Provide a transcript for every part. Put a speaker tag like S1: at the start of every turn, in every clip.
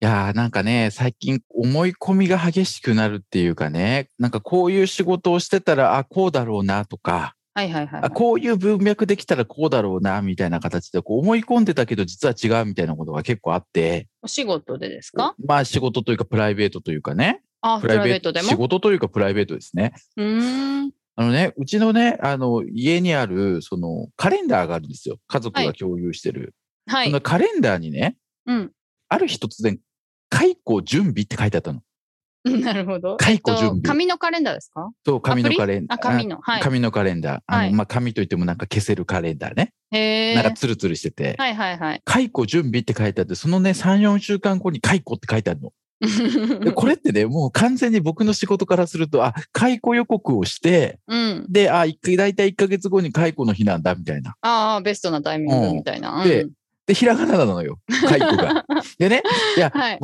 S1: いやー、なんかね、最近思い込みが激しくなるっていうかね、なんかこういう仕事をしてたら、あ、こうだろうなとか、
S2: はいはいはい、
S1: あこういう文脈できたらこうだろうな、みたいな形でこう思い込んでたけど、実は違うみたいなことが結構あって、
S2: お仕事でです
S1: まあ仕事というかプライベートというかね、
S2: あプライベートで
S1: 仕
S2: も
S1: 事というかプライベートですね。
S2: うーん
S1: あのね、うちのね、あの、家にある、その、カレンダーがあるんですよ。家族
S2: は
S1: が
S2: い
S1: 共有してる。
S2: は
S1: その
S2: い
S1: カレンダーにね、
S2: うん
S1: ある日突然、解雇準備って書いてあったの。
S2: なるほど
S1: 解雇準備
S2: えっと紙のカレンダーですか
S1: そう、紙のカレンダー。
S2: あ紙のはい
S1: 紙のカレンダー。あの、
S2: はい
S1: まあ、紙といってもなんか消せるカレンダーね。
S2: へえ
S1: なんかツルツルしてて。
S2: はいはいはい
S1: 解雇準備って書いてあって、そのね、3、4週間後に解雇って書いてあるの。で、これってね、もう完全に僕の仕事からすると、あ、解雇予告をして、
S2: うん
S1: で、あ、一回、だいたい1ヶ月後に解雇の日なんだ、みたいな。
S2: ああベストなタイミングみたいな、うん、
S1: でで、ひらがななのよ。解雇 が。でね、いや、
S2: はい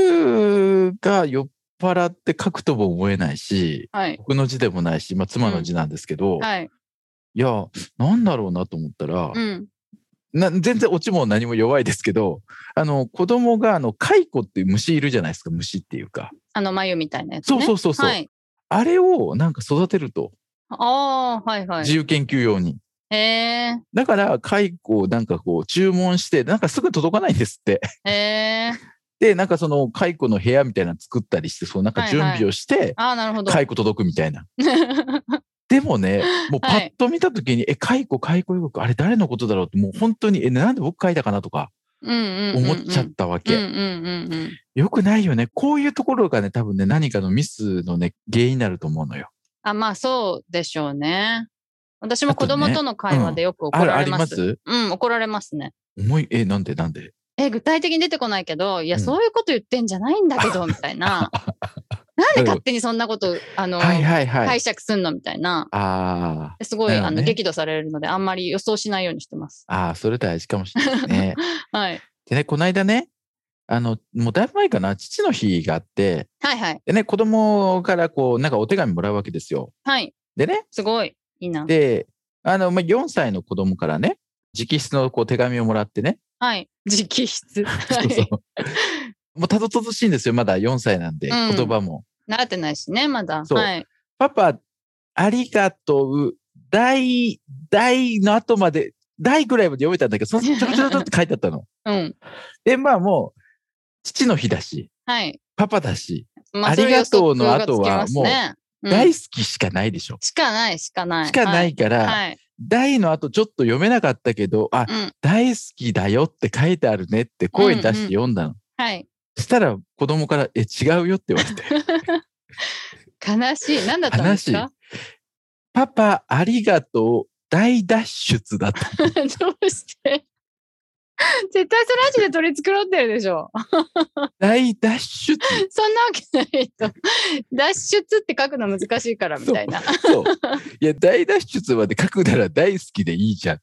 S1: 僕が酔っ払って書くとも思えないし、
S2: はい
S1: 僕の字でもないし、まあ、妻の字なんですけど、
S2: はい
S1: いや、なんだろうなと思ったら、
S2: うん
S1: な全然オチも何も弱いですけど、あの、子供が、あの、蚕っていう虫いるじゃないですか、虫っていうか。
S2: あの眉みたいなやつ、
S1: そ
S2: ね、
S1: うそうそうそう。
S2: はい
S1: あれをなんか育てると、
S2: ああはいは
S1: 自
S2: い
S1: 由研究用に。
S2: へえ
S1: だから、蚕をなんかこう、注文して、なんかすぐ届かないんですって。
S2: へえ
S1: で、なんかその、蚕の部屋みたいなの作ったりして、そう、なんか準備をして、
S2: ああなるほど
S1: 蚕届くみたいな。でもね、もうパ
S2: はい
S1: ッと見たときに、え、蚕、蚕予告、あれ誰のことだろうって、もう本当に、え、なんで僕書いたかなとか、
S2: うんうんうんうん
S1: 思っちゃったわけ。
S2: うんうんうんうん
S1: よくないよね。こういうところがね、多分ね、何かのミスのね、原因になると思うのよ。
S2: あまあそうでしょうね私も
S1: あと
S2: 子
S1: ね
S2: 供との会話でよく怒
S1: ある、
S2: ら
S1: あ
S2: れ
S1: り
S2: ま,、
S1: ますす
S2: うん怒られますね
S1: 思い、え、なんでなんで
S2: え具体的に出てこないけどいや、
S1: うん
S2: そういうこと言ってんじゃないんだけどみたいな なんで勝手にそんなことあの、
S1: はいはいはい。
S2: 解釈すんのみたいな
S1: あ
S2: すごい、
S1: だよね
S2: あの激怒されるのであんまり予想しないようにしてます。
S1: あ、ああ、それ大事かもしれないですね。
S2: はい、
S1: でね、この間ね、あの、もうだいぶ前かな、父の日があって、
S2: はいはい
S1: でね、子供からこう、なんかお手紙もらうわけですよ。
S2: はい
S1: でね、
S2: すごいいいな。
S1: で、あの、まあ、4歳の子供からね、直筆のこう手紙をもらってね、
S2: はい 直筆。 は
S1: そうそう
S2: い。
S1: もうたどたどしいんですよ、まだ4歳なんで、
S2: うん
S1: 言葉も。
S2: 習ってないしねまだ。
S1: そう
S2: はい
S1: パパ、ありがとう、大、大の後まで、大ぐらいまで読めたんだけど、そのちょろちょろちょろって書いてあったの。
S2: うん
S1: で、まあもう、父の日だし、
S2: はい。
S1: パパだし、
S2: ま
S1: ありがとうの後
S2: それ
S1: は
S2: 予測がつきますねうん
S1: 大好きしかないでしょ。
S2: しかないしかない。
S1: しかな
S2: はい
S1: いから、
S2: はい。
S1: 大の後ちょっと読めなかったけど、あ、
S2: うん
S1: 大好きだよって書いてあるねって声出して読んだの。
S2: はい。
S1: したら子供から、え、違うよって言われて。
S2: 悲しい。何だったんですか
S1: パパ、ありがとう、大脱出だった。
S2: どうして絶対それ味で取り繕ってるでしょ。
S1: 大脱出。
S2: そんなわけないと。脱出って書くの難しい からみたいな。
S1: そう。いや、大脱出まで書くなら大好きでいいじゃん。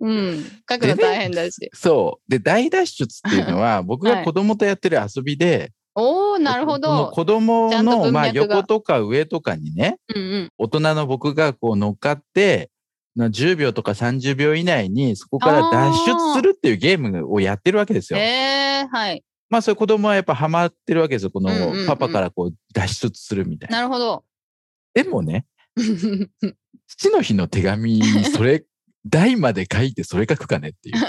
S2: うん。書くの大変だし。
S1: そう。で、大脱出っていうの は、僕が子供とやってる遊びで、
S2: おおなるほ
S1: この
S2: ど。
S1: 子供
S2: ちゃんと
S1: の、
S2: 文脈が
S1: まあ、横とか上とかにね、
S2: うんうん。
S1: 大人の僕がこう乗っかって、な10秒とか30秒以内にそこから脱出するっていうゲームをやってるわけですよ。
S2: えー、はい。
S1: まあそういう子供はやっぱハマってるわけですよ。この
S2: うんうんうん
S1: パパからこう脱出するみたいな。
S2: なるほど。
S1: でもね、父の日の手紙 にそれ、題まで書いてそれ書くかねって いう。
S2: よ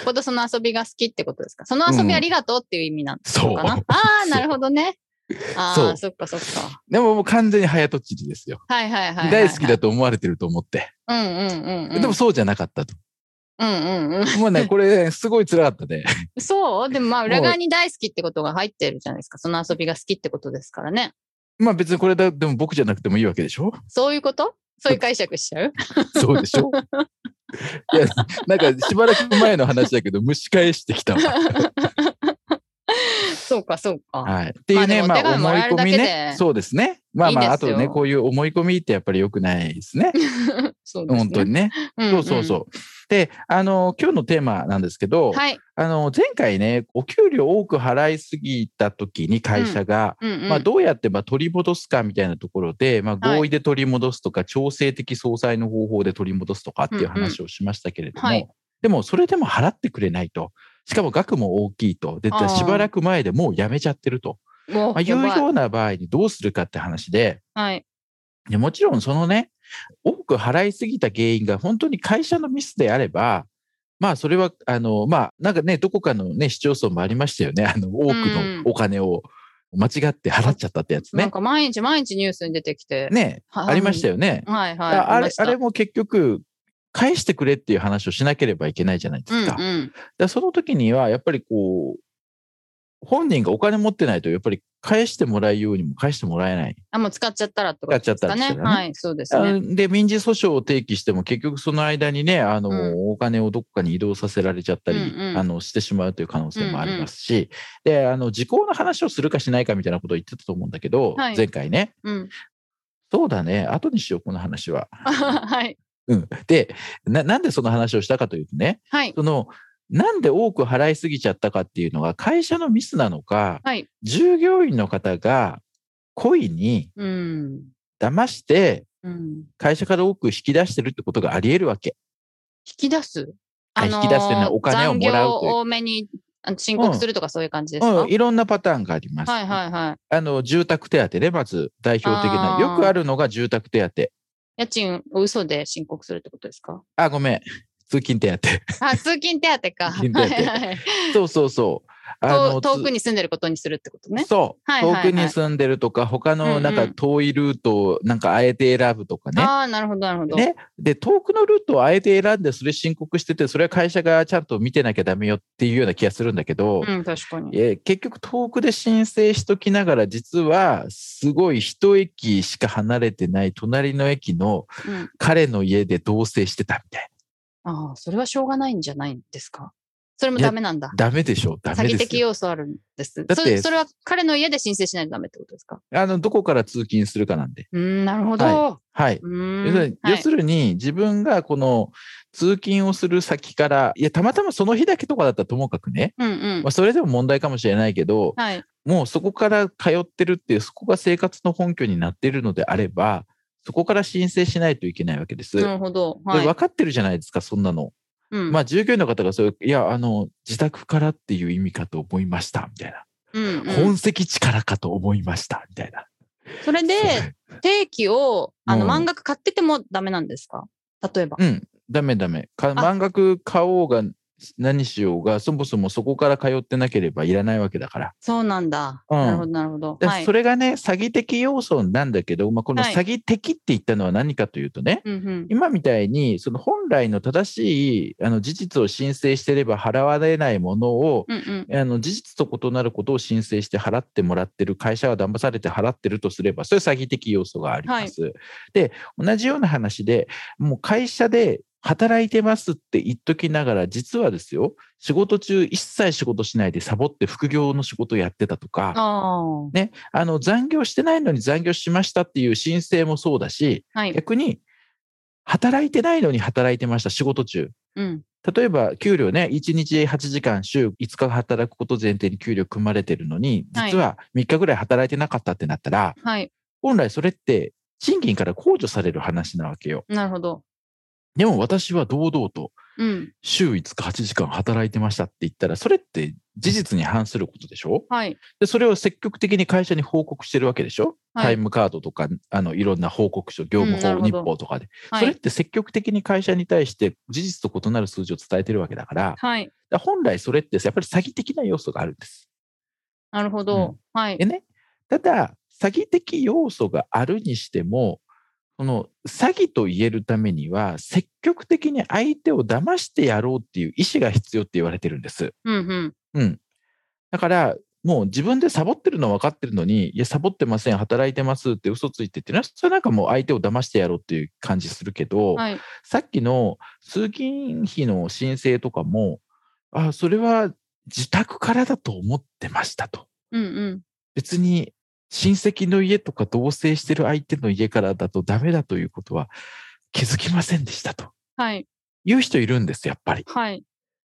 S2: っぽどその遊びが好きってことですか。その遊びありがとうっていう意味なんですかな。
S1: そう
S2: ああ、なるほ どね。
S1: そ
S2: ああ、
S1: う
S2: そっかそっか。
S1: でももう完全に早とちりですよ。
S2: はいはいはいはい、はい。
S1: 大好きだと思われてると思って。
S2: うんうんうん、うん。
S1: でも、そうじゃなかったと。
S2: うんうんうん。
S1: もうね、これすごい辛かったね。
S2: そうでもまあ
S1: う
S2: 裏側に大好きってことが入ってるじゃないですか。その遊びが好きってことですからね。
S1: まあ別にこれだ、でも僕じゃなくてもいいわけでしょ
S2: そういうことそういう解釈 しちゃう
S1: そうでしょ いや、なんかしばらく前の話だけど蒸し返してきたわ。
S2: そうか、そうか。
S1: はい。っていうね、
S2: ま
S1: ま
S2: あでも
S1: あ、思い
S2: お手紙もらえる
S1: 込
S2: だけ
S1: み
S2: で
S1: ね。そうですね。まあまあ、
S2: いいで
S1: あ
S2: すよ
S1: とね、こういう思い込みってやっぱり良くないですね。
S2: そうですね。
S1: 本当にね。
S2: んん
S1: そうそうそう。で、あの、今日のテーマなんですけど、
S2: はい。
S1: あの、前回ね、お給料多く払いすぎた時に会社が、
S2: うんうん
S1: まあ、どうやってまあ取り戻すかみたいなところで、まあ、
S2: はい
S1: 合意で取り戻すとか、調整的総裁の方法で取り戻すとかっていう話をしましたけれども、
S2: うんうんはい
S1: でもそれでも払ってくれないと。しかも額も大きいと。で
S2: あ、ー
S1: しばらく前でもうやめちゃってると。
S2: もう
S1: まあ、い
S2: や
S1: う
S2: ばい
S1: ような場合にどうするかって話で、
S2: はい。
S1: でもちろんそのね、多く払いすぎた原因が本当に会社のミスであれば、まあそれは、あの、まあなんかね、どこかのね、市町村もありましたよね。あの、多く
S2: う
S1: の
S2: ん
S1: お金を間違って払っちゃったってやつ
S2: な
S1: ね
S2: ん。か毎日毎日ニュースに出てきて。
S1: ね、
S2: は
S1: ありましたよね。
S2: はいはい。
S1: ああれ、あれ
S2: も
S1: も結局、返してくれっていう話をしなければいけないじゃないで
S2: うん
S1: す
S2: う
S1: か。
S2: ん。
S1: でその時には、やっぱりこう、本人がお金持ってないと、やっぱり返してもらうようにも返してもらえない。
S2: あ、もう使っちゃったらってことです
S1: 使
S2: かね。
S1: っちゃったらね
S2: はい、そうですね。
S1: で、民事訴訟を提起しても、結局その間にね、あの、
S2: うん
S1: お金をどこかに移動させられちゃったり、
S2: うんうん
S1: あの、してしまうという可能性もありますし、で、あの、時効の話をするかしないかみたいなことを言ってたと思うんだけど、
S2: はい
S1: 前回ね。
S2: うん。
S1: そうだね、後にしよう、この話は。
S2: はい。
S1: うん。で、な、なんでその話をしたかというとね、
S2: はい。
S1: その、なんで多く払いすぎちゃったかっていうのが、会社のミスなのか、
S2: はい。
S1: 従業員の方が故意に
S2: うん。
S1: 騙して、
S2: うん。引
S1: 会社から多く引き出してるってことがあり得るわけ。
S2: き出す
S1: はい引き出すっていうのはお金をもらうという
S2: 残業多めにあの申告するとかそういう感じですか、
S1: うん、いろんなパターンがあります。
S2: はいはいはい。
S1: あの、住宅手当ね、まず代表的
S2: あ
S1: な。
S2: ー
S1: よくあるのが住宅手当。
S2: 家賃を嘘で申告するってことで すか
S1: あ、ごめん。通勤手当。
S2: あ、通勤手当か。
S1: 通勤手当
S2: はいはい
S1: そうそうそう。
S2: 遠遠
S1: つ
S2: くに住んでることにするってことね。
S1: そう、
S2: はいはいはい
S1: 遠くに住んでるとか、他
S2: うんう
S1: の
S2: ん
S1: なんか遠いルートをなんかあえて選ぶとかね。
S2: ああ、なるほどなるほど。
S1: ね、で遠くのルートをあえて選んでそれ申告しててそれは会社がちゃんと見てなきゃダメよっていうような気がするんだけど、
S2: うん、確かに。
S1: えー結局遠くで申請しときながら実はすごい一駅しか離れてない隣の駅の
S2: うん、
S1: 彼の家で同棲してたみたい
S2: ああ、それはしょうがないんじゃないんですかそれも
S1: いや
S2: ダメなんだ。
S1: なダメでしょダ
S2: 詐
S1: メ
S2: 欺
S1: で
S2: 的
S1: すよ
S2: 要素あるんです。
S1: だっ
S2: そ
S1: て
S2: れそれは彼の家で申請しないとダメってことですか
S1: あのどこから通勤するかなんで
S2: うーん、なるほど。
S1: ははいう
S2: ーん
S1: 要するに
S2: はい
S1: 要するに自分がこの通勤をする先からいやたまたまその日だけとかだったらともかくね、
S2: うんうん
S1: まあ、。それでも問題かもしれないけど、
S2: はい。
S1: もうそこから通ってるっていう、そこが生活の本拠になっているのであれば、そこから申請しないといけないわけです。
S2: なるほど。
S1: これ
S2: はい
S1: 分。かってるじゃないですか、そんなの。
S2: うん
S1: まあ、従業員の方がそういう、いや、あの、自宅からっていう意味かと思いました、みたいな。
S2: うんうん
S1: 本籍地からかと思いました、みたいな。
S2: それで、定期を、あの、
S1: うん
S2: 満額買っててもダメなんですか例えば。
S1: うん、ダメダメ。か満額買おうが、何しようが、そもそもそこから通ってなければいらないわけだから。
S2: そうなんだ。
S1: うん
S2: なるほど、なるほど。
S1: で
S2: はい。
S1: それがね、詐欺的要素なんだけど、まあ、この
S2: はい
S1: 詐欺的って言ったのは何かというとね、
S2: うんうん
S1: 今みたいに、その本来の正しいあの事実を申請してれば払われないものを、
S2: うんうん
S1: あの事実と異なることを申請して払ってもらってる、会社は騙されて払ってるとすれば、そういう詐欺的要素があります。で、同じような話で、もう会社で働いてますって言っときながら、実はですよ、仕事中一切仕事しないでサボって副業の仕事をやってたとか、
S2: あ
S1: ね、あの残業してないのに残業しましたっていう申請もそうだし、
S2: あ。はい。
S1: 逆に、働いてないのに働いてました、仕事中。
S2: うん。
S1: 例えば、給料ね、1日8時間、週5日働くこと前提に給料組まれてるのに、
S2: はい
S1: 実は3日ぐらい働いてなかったってなったら、
S2: はい。
S1: 本来それって賃金から控除される話なわけよ。
S2: なるほど。
S1: でも私は堂々と
S2: うん。
S1: 週5日8時間働いてましたって言ったら、それって事実に反することでしょ
S2: はい。
S1: で、それを積極的に会社に報告してるわけでしょ、
S2: はい
S1: タイムカードとか、あの、いろんな報告書、業務
S2: うんなる
S1: 法、
S2: ほ
S1: 日
S2: ど
S1: 報とかで。
S2: は
S1: それっ
S2: い。
S1: て積極的に会社に対して事実と異なる数字を伝えてるわけだから、だか
S2: はい。
S1: ら本来それってやっぱり詐欺的な要素があるんです。
S2: なるほど。はい。
S1: でね、ただ、詐欺的要素があるにしても、その詐欺と言えるためには、積極的に相手を騙してやろうっていう意思が必要って言われてるんです。
S2: うんうん。
S1: うん。だから、もう自分でサボってるのは分かってるのに、いや、サボってません、働いてますって嘘ついてっていうのは、それなんかもう相手を騙してやろうっていう感じするけど、
S2: はい。
S1: さっきの通勤費の申請とかも、あ、それは自宅からだと思ってましたと。
S2: ううんうん。
S1: 別に親戚の家とか同棲してる相手の家からだとダメだということは気づきませんでしたと
S2: はい。
S1: いう人いるんです、やっぱり。
S2: はい。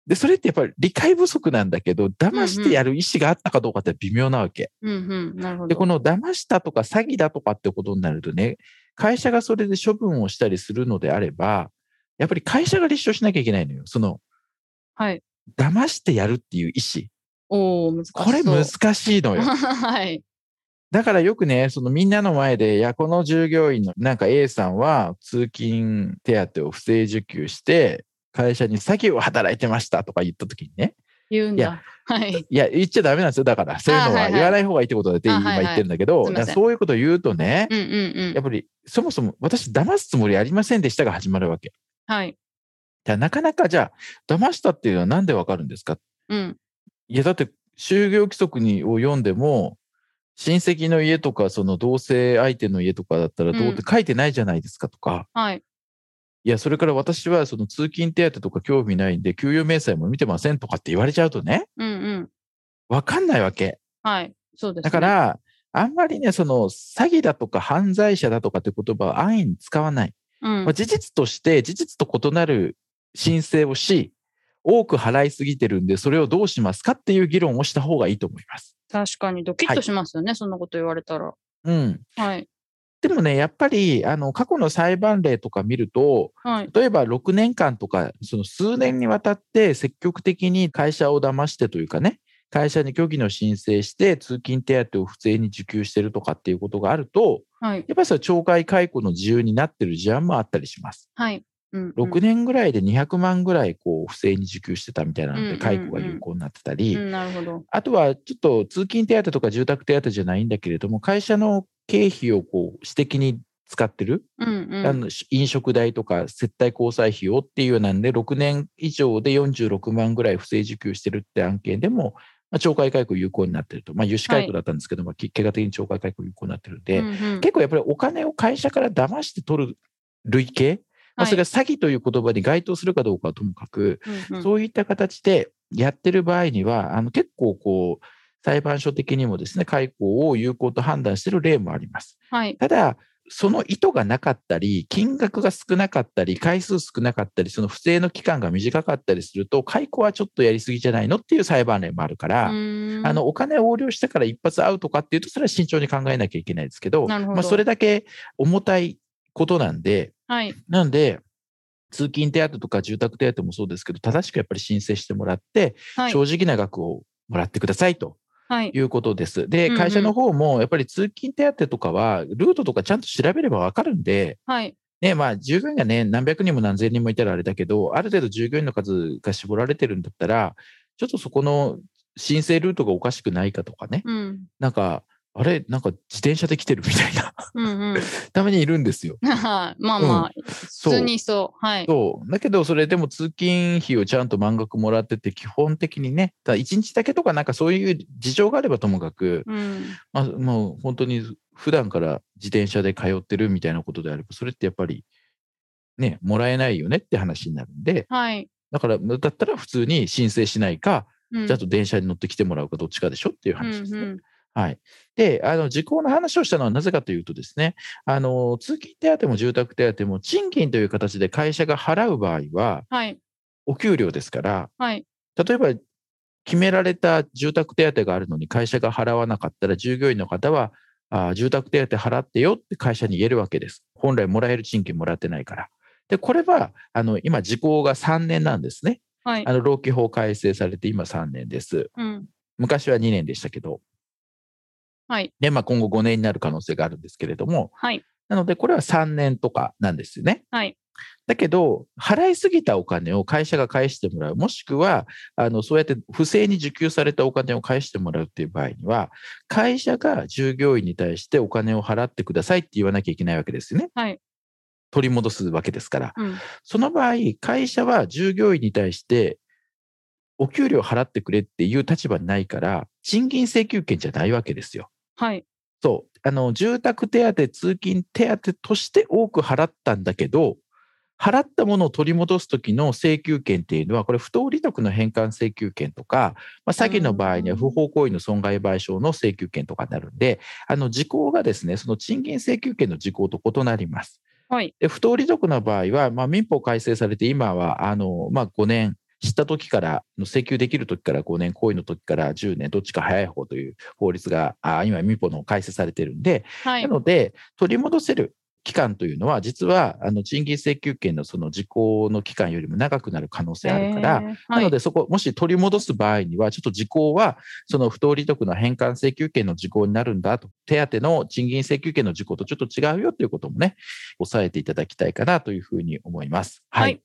S1: で、それってやっぱり理解不足なんだけど、騙してやる意思があったかどうかって微妙なわけ。
S2: うんうん。なるほ
S1: で、
S2: ど。
S1: この騙したとか詐欺だとかってことになるとね、会社がそれで処分をしたりするのであれば、やっぱり会社が立証しなきゃいけないのよ。その、
S2: はい。
S1: 騙してやるっていう意思。
S2: おお難しい。
S1: これ難しい のよ。
S2: はい。
S1: だからよくね、そのみんなの前で、いや、この従業員のなんか A さんは通勤手当を不正受給して、会社に詐欺を働いてましたとか言った時にね、
S2: 言うん
S1: いや
S2: だ。はい。
S1: いや、言っちゃダメなんですよ。だから、そういうの
S2: あはい
S1: は
S2: はい
S1: 言わない方がいいってことだって
S2: あ
S1: 今
S2: はいはい
S1: 言ってるんだけど、
S2: すいま
S1: だ
S2: せん
S1: からそういうことを言うとね、
S2: うんうん
S1: や
S2: う
S1: っ
S2: ん。
S1: ぱりそもそも私騙すつもりありませんでしたが始まるわけ。
S2: はい。
S1: だからなかなかじゃあ、騙したっていうのはなんでわかるんですか
S2: うん。
S1: いや、だって、就業規則にを読んでも、親戚の家とか、その同性相手の家とかだったら、どうっ
S2: う
S1: て書いてないじゃないですかとか、
S2: はい。
S1: いや、それから私はその通勤手当とか興味ないんで、給与明細も見てませんとかって言われちゃうとね、
S2: うんうん。
S1: わかんないわけ。
S2: はい。そうです、
S1: だか、ら、あんまりね、その詐欺だとか犯罪者だとかって言葉を安易に使わない。
S2: うん
S1: まあ、事実として、事実と異なる申請をし、多く払いすぎてるんで、それをどうしますかっていう議論をした方がいいと思います。
S2: 確かにドキッ
S1: は
S2: と
S1: い
S2: しますよね、そんなこと言われたら。
S1: うん。
S2: はい。
S1: でもね、やっぱりあの過去の裁判例とか見ると、
S2: はい。
S1: 例えば6年間とか、その数年にわたって積極的に会社を騙してというかね、会社に虚偽の申請して、通勤手当を不正に受給してるとかっていうことがあると、
S2: はい。
S1: やっぱりそれは懲戒解雇の自由になってる事案もあったりします。
S2: はい。うんうん
S1: 6年ぐらいで200万ぐらいこう不正に受給してたみたいなの
S2: うんうんう
S1: で、
S2: ん
S1: 解雇が有効になってたり、
S2: うん、なるほど。
S1: あとはちょっと通勤手当とか住宅手当じゃないんだけれども、会社の経費をこう私的に使ってる。
S2: うんうん。
S1: あのし飲食代とか接待交際費をっていうようなんで、6年以上で46万ぐらい不正受給してるって案件でも、まあ、懲戒解雇有効になってると、まあ、融資解雇だったんですけども、け結果的に懲戒解雇有効になってるんで、
S2: うんうん
S1: 結構やっぱりお金を会社から騙して取る類型、まあ、それが詐欺という言葉に該当するかどうかはともかく、
S2: はいうんうん
S1: そういった形でやってる場合には、あの結構こう、裁判所的にもですね、解雇を有効と判断してる例もあります。
S2: はい。
S1: ただ、その意図がなかったり、金額が少なかったり、回数少なかったり、その不正の期間が短かったりすると、解雇はちょっとやりすぎじゃないのっていう裁判例もあるから、あ
S2: あ
S1: のお金を横領したから一発アウトかっていうと、それは慎重に考えなきゃいけないですけど、
S2: なるほど
S1: まあ、それだけ重たいことなんで、
S2: はい。
S1: なんで、通勤手当とか住宅手当もそうですけど、正しくやっぱり申請してもらって、
S2: はい
S1: 正。直な額をもらってくださいと
S2: はい。
S1: いうことです。
S2: うん
S1: で、
S2: うん
S1: 会社の方もやっぱり通勤手当とかは、ルートとかちゃんと調べればわかるんで、
S2: はい。
S1: ね、まあ、従業員がね、何百人も何千人もいたらあれだけど、ある程度従業員の数が絞られてるんだったら、ちょっとそこの申請ルートがおかしくないかとかね、
S2: うん。
S1: なんか、あれ、なんか自転車で来てるみたいな
S2: うんうん。
S1: ためにいるんですよ。
S2: まあまあ、普
S1: そう
S2: 通にいそう。はい。
S1: そうだけど、それでも通勤費をちゃんと満額もらってて、基本的にね、ただ1日だけとか、なんかそういう事情があればともかく、
S2: うん。
S1: まあ、もう本当に普段から自転車で通ってるみたいなことであれば、それってやっぱり、ね、もらえないよねって話になるんで、
S2: はい。
S1: だから、だったら普通に申請しないか、
S2: うん
S1: じゃああと電車に乗ってきてもらうか、どっちかでしょっていう
S2: うん
S1: 話ですね。
S2: うん
S1: はい。で、あの、時効の話をしたのはなぜかというとですね、あの、通勤手当も住宅手当も賃金という形で会社が払う場合は、
S2: はい。
S1: お給料ですから、
S2: はい。
S1: 例えば、決められた住宅手当があるのに会社が払わなかったら、従業員の方は、あー住宅手当払ってよって会社に言えるわけです。本来もらえる賃金もらってないから。で、これは、あの、今、時効が3年なんですね。
S2: はい
S1: あ。の、労基法改正されて今3年です。
S2: うん。
S1: 昔は2年でしたけど。
S2: はい。
S1: で、まあ今後5年になる可能性があるんですけれども、
S2: はい。
S1: なのでこれは3年とかなんですよね。
S2: はい。
S1: だけど、払いすぎたお金を会社が返してもらう、もしくは、あの、そうやって不正に受給されたお金を返してもらうっていう場合には、会社が従業員に対してお金を払ってくださいって言わなきゃいけないわけですよね。
S2: はい。
S1: 取り戻すわけですから。
S2: うん。
S1: その場合、会社は従業員に対して、お給料払ってくれっていう立場にないから、賃金請求権じゃないわけですよ。
S2: はい。
S1: そう。あの、住宅手当、通勤手当として多く払ったんだけど、払ったものを取り戻す時の請求権っていうのは、これ、不当利得の返還請求権とか、まあ、詐欺の場合には不法行為の損害賠償の請求権とかになるんで、あの時効がですね、その賃金請求権の時効と異なります。
S2: はい。
S1: で不当利得の場合は、まあ、民法改正されて、今はあの、まあ、5年、知った時から、請求できる時から5年、行為の時から10年、どっちか早い方という法律が、あ今、民法の方改正されてるんで、
S2: はい
S1: な。ので、取り戻せる期間というのは、実はあの賃金請求権のその時効の期間よりも長くなる可能性あるから、
S2: えー
S1: な
S2: は
S1: の
S2: い。
S1: で、そこ、もし取り戻す場合には、ちょっと時効は、その不当利得の返還請求権の時効になるんだと、手当の賃金請求権の時効とちょっと違うよということもね、押さえていただきたいかなというふうに思います。
S2: はい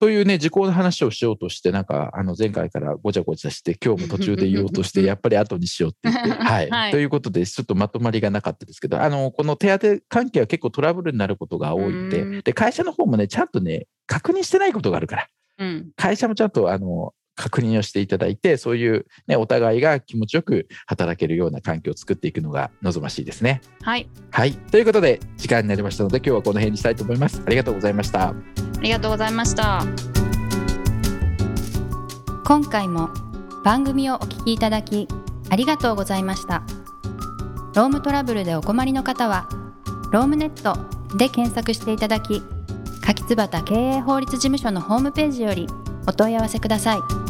S1: というね、時効の話をしようとして、なんか、あの、前回からごちゃごちゃして、今日も途中で言おうと して、やっぱり後にしようって言って、はい。
S2: はい
S1: ということで、ちょっとまとまりがなかったですけど、あの、この手当関係は結構トラブルになることが多いの
S2: う
S1: で、
S2: ん
S1: で、会社の方もね、ちゃんとね、確認してないことがあるから。
S2: うん。
S1: 会社もちゃんとあの確認をしていただいて、そういう、ね、お互いが気持ちよく働けるような環境を作っていくのが望ましいですね。
S2: はい。
S1: はい。ということで、時間になりましたので、今日はこの辺にしたいと思います。ありがとうございました。
S2: ありがとうございました。
S3: 今回も番組をお聞きいただきありがとうございましたロームトラブルでお困りの方は「ロームネット」で検索していただき柿椿経営法律事務所のホームページよりお問い合わせください